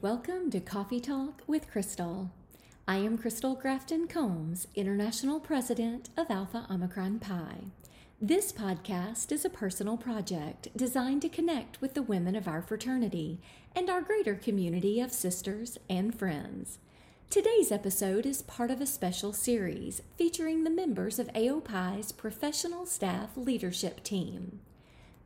Welcome to Coffee Talk with Crystal. I am Crystal Grafton Combs, International President of Alpha Omicron Pi. This podcast is a personal project designed to connect with the women of our fraternity and our greater community of sisters and friends. Today's episode is part of a special series featuring the members of AOPI's professional staff leadership team.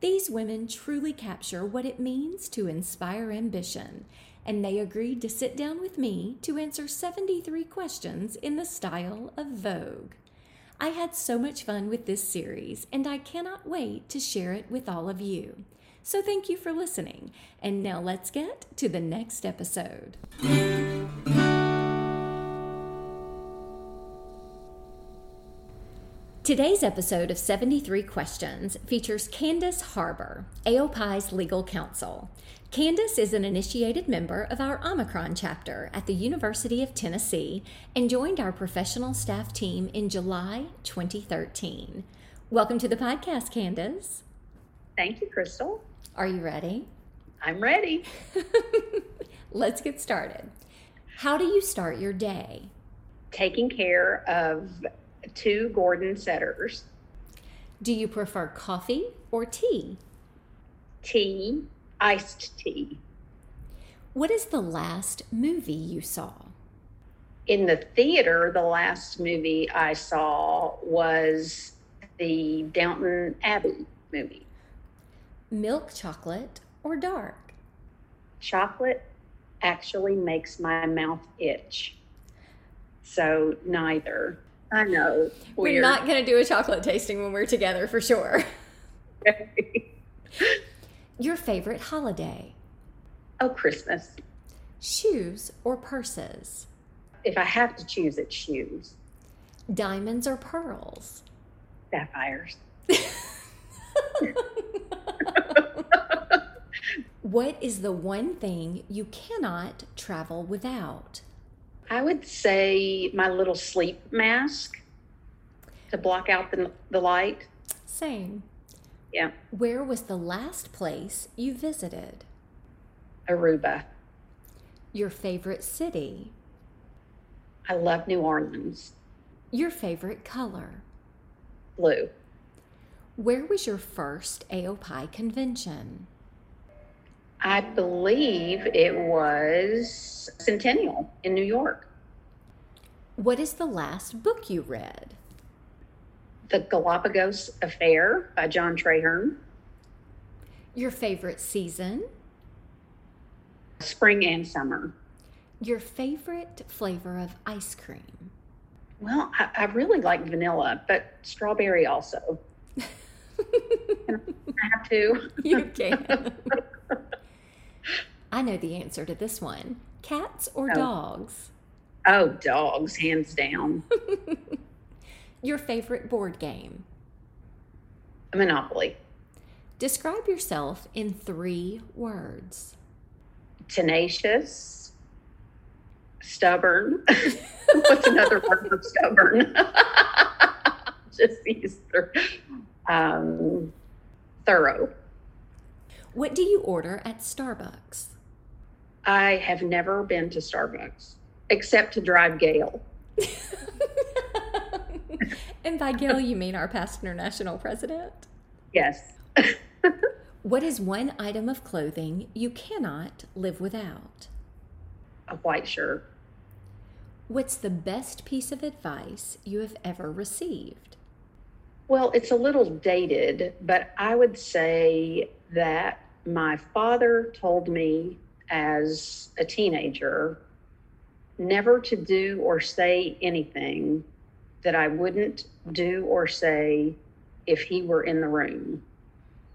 These women truly capture what it means to inspire ambition, and they agreed to sit down with me to answer 73 questions in the style of Vogue. I had so much fun with this series, and I cannot wait to share it with all of you. So, thank you for listening, and now let's get to the next episode. Today's episode of 73 Questions features Candace Harbour, AOPI's legal counsel. Candace is an initiated member of our Omicron chapter at the University of Tennessee and joined our professional staff team in July 2013. Welcome to the podcast, Candace. Thank you, Crystal. Are you ready? I'm ready. Let's get started. How do you start your day? Taking care of two Gordon setters, Do you prefer coffee or tea? tea, iced tea. What is the last movie you saw? In the theater, the last movie I saw was the Downton Abbey movie. Milk chocolate or dark? Chocolate actually makes my mouth itch. So neither. I know. We're not going to do a chocolate tasting when we're together for sure. Your favorite holiday? oh, Christmas. Shoes or purses? If I have to choose, it's shoes, Diamonds or pearls? sapphires. What is the one thing you cannot travel without? I would say my little sleep mask to block out the, the light. Same. Yeah, Where was the last place you visited? Aruba. Your favorite city? I love New Orleans. Your favorite color? Blue. Where was your first AOPI convention? I believe it was Centennial in New York. What is the last book you read? The Galapagos Affair by John Traherne. Your favorite season? Spring and summer. Your favorite flavor of ice cream? Well, I, I really like vanilla, but strawberry also. Can I have two? You can. I know the answer to this one cats or Oh. dogs? Oh, dogs, hands down. Your favorite board game? Monopoly. Describe yourself in three words. tenacious, stubborn. What's another word for stubborn? Just these three. Um, thorough. What do you order at Starbucks? I have never been to Starbucks except to drive Gail. and by Gail, you mean our past international president? Yes. What is one item of clothing you cannot live without? A white shirt. What's the best piece of advice you have ever received? Well, it's a little dated, but I would say that my father told me as a teenager never to do or say anything that I wouldn't do or say if he were in the room.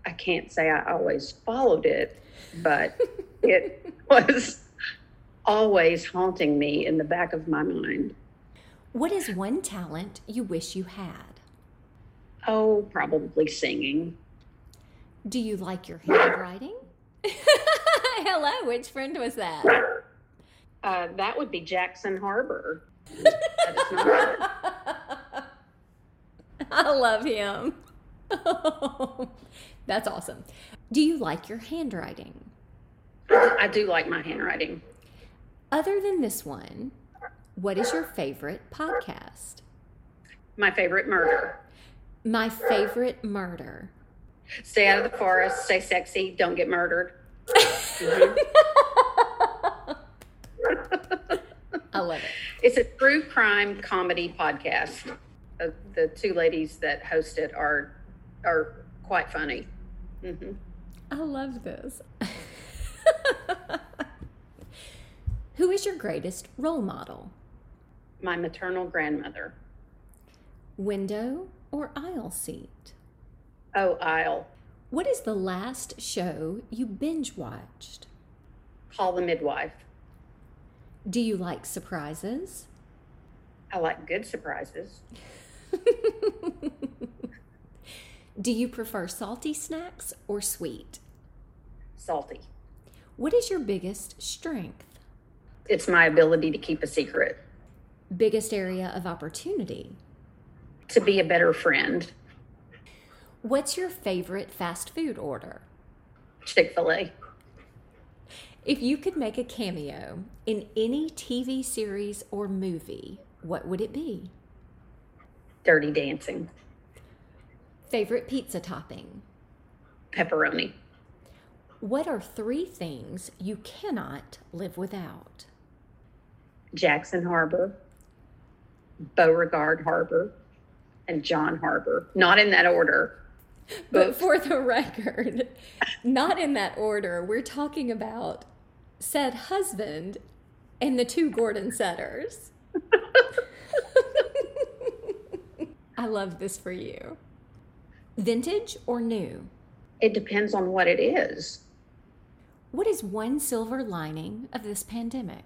I can't say I always followed it, but it was always haunting me in the back of my mind. What is one talent you wish you had? Oh, probably singing. Do you like your handwriting? Hello, which friend was that? Uh, that would be Jackson Harbor. That is not- I love him. That's awesome. Do you like your handwriting? I do like my handwriting. Other than this one, what is your favorite podcast? My favorite murder. My favorite murder. Stay out of the forest, stay sexy, don't get murdered. I love it. It's a true crime comedy podcast. Uh, the two ladies that host it are are quite funny. hmm I love this. Who is your greatest role model? My maternal grandmother. Window or aisle seat? Oh, I'll What is the last show you binge watched? call the midwife. Do you like surprises? I like good surprises. Do you prefer salty snacks or sweet? Salty. What is your biggest strength? It's my ability to keep a secret, Biggest area of opportunity? to be a better friend. What's your favorite fast food order? Chick fil A. If you could make a cameo in any TV series or movie, what would it be? Dirty Dancing. Favorite pizza topping? Pepperoni. What are three things you cannot live without? Jackson Harbor, Beauregard Harbor, and John Harbor. Not in that order. But for the record, not in that order, we're talking about said husband and the two Gordon Setters. I love this for you. Vintage or new? It depends on what it is. What is one silver lining of this pandemic?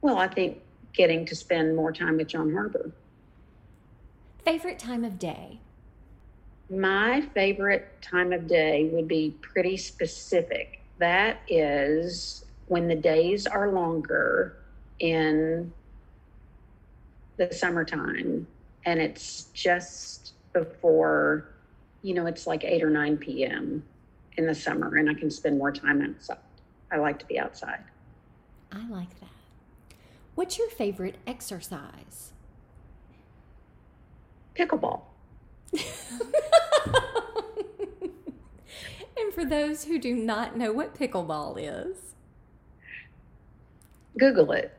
Well, I think getting to spend more time with John Harbor. Favorite time of day? My favorite time of day would be pretty specific. That is when the days are longer in the summertime and it's just before, you know, it's like 8 or 9 p.m. in the summer and I can spend more time outside. I like to be outside. I like that. What's your favorite exercise? Pickleball. and for those who do not know what pickleball is, Google it.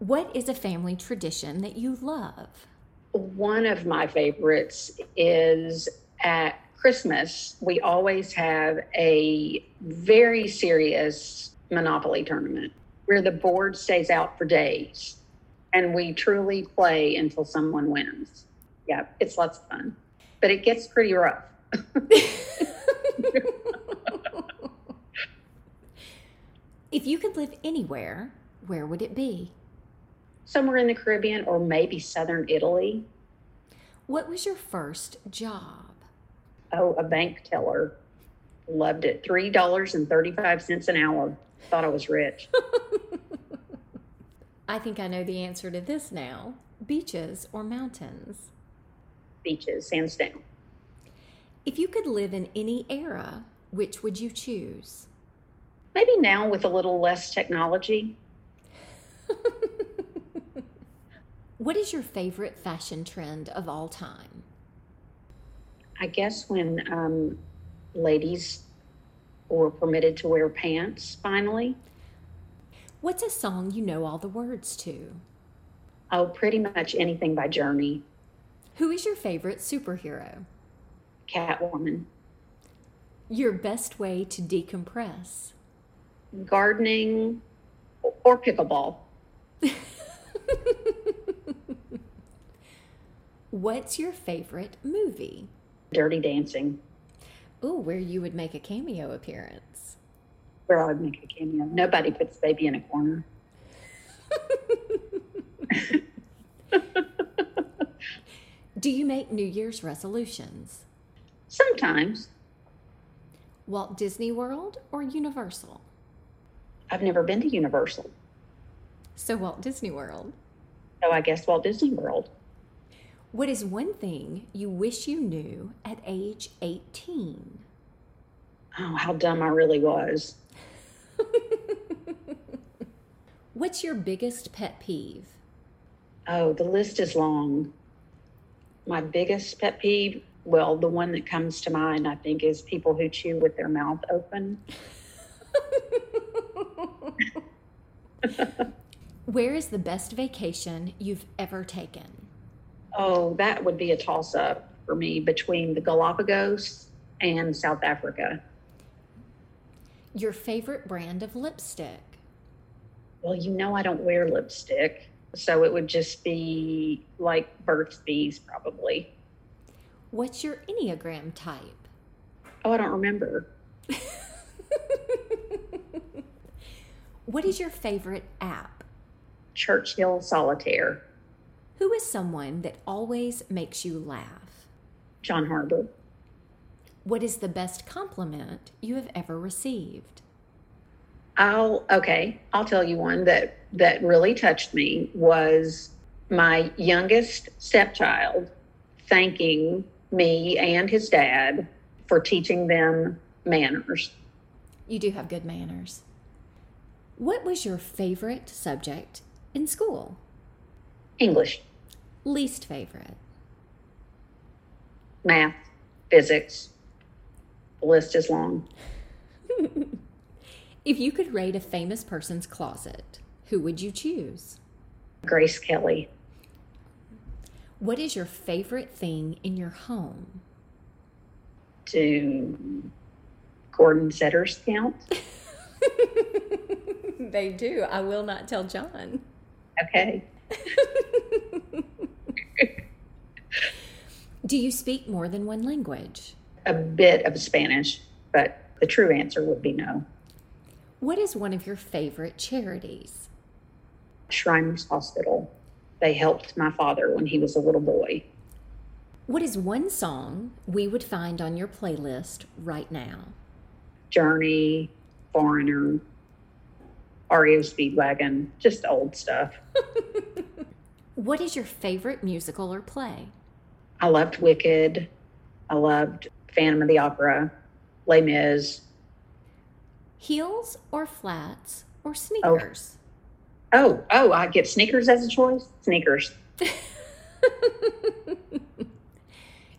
what is a family tradition that you love? One of my favorites is at Christmas, we always have a very serious Monopoly tournament where the board stays out for days and we truly play until someone wins. Yeah, it's lots of fun, but it gets pretty rough. if you could live anywhere, where would it be? Somewhere in the Caribbean or maybe Southern Italy. What was your first job? Oh, a bank teller. Loved it. $3.35 an hour. Thought I was rich. I think I know the answer to this now beaches or mountains. Beaches, hands down. If you could live in any era, which would you choose? maybe now with a little less technology, What is your favorite fashion trend of all time? I guess when um, ladies were permitted to wear pants finally. What's a song you know all the words to? Oh, pretty much anything by Journey, Who is your favorite superhero? Catwoman, Your best way to decompress? gardening, or pickleball. What's your favorite movie? Dirty Dancing, Oh, where you would make a cameo appearance. where I would make a cameo. Nobody puts baby in a corner. Do you make New Year's resolutions? Sometimes Walt Disney World or Universal? I've never been to Universal, So, Walt Disney World. so I guess Walt Disney World. What is one thing you wish you knew at age 18? oh, how dumb I really was. What's your biggest pet peeve? Oh, the list is long. My biggest pet peeve, well, the one that comes to mind, I think, is people who chew with their mouth open. Where is the best vacation you've ever taken? Oh, that would be a toss up for me between the Galapagos and South Africa. Your favorite brand of lipstick? Well, you know, I don't wear lipstick. So it would just be like Burt's Bees, probably. What's your Enneagram type? Oh, I don't remember. What is your favorite app? Churchill Solitaire, Who is someone that always makes you laugh? John Harbor. What is the best compliment you have ever received? I'll okay, I'll tell you one that that really touched me was my youngest stepchild thanking me and his dad for teaching them manners. You do have good manners. What was your favorite subject in school? English, Least favorite? math, physics. The list is long. If you could raid a famous person's closet, who would you choose? Grace Kelly, What is your favorite thing in your home? to Gordon Setter's count. they do. I will not tell John. Okay. Do you speak more than one language? A bit of Spanish, but the true answer would be no. What is one of your favorite charities? Shriners Hospital. They helped my father when he was a little boy. What is one song we would find on your playlist right now? Journey, Foreigner, REO Speedwagon, just old stuff. What is your favorite musical or play? I loved Wicked. I loved Phantom of the Opera, Les Mis. Heels or flats or sneakers? Oh, oh, I get sneakers as a choice? Sneakers.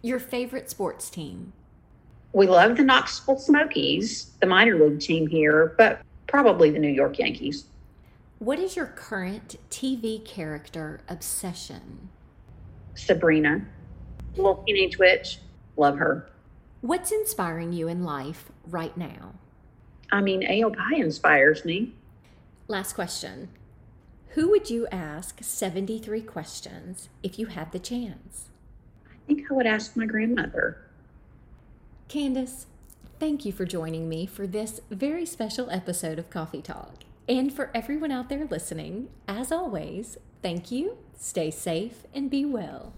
Your favorite sports team? We love the Knoxville Smokies, the minor league team here, but probably the New York Yankees. What is your current TV character obsession? Sabrina, little teenage witch, love her. What's inspiring you in life right now? I mean, A.O. Pie inspires me. Last question. Who would you ask 73 questions if you had the chance? I think I would ask my grandmother. Candace, thank you for joining me for this very special episode of Coffee Talk. And for everyone out there listening, as always, thank you, stay safe, and be well.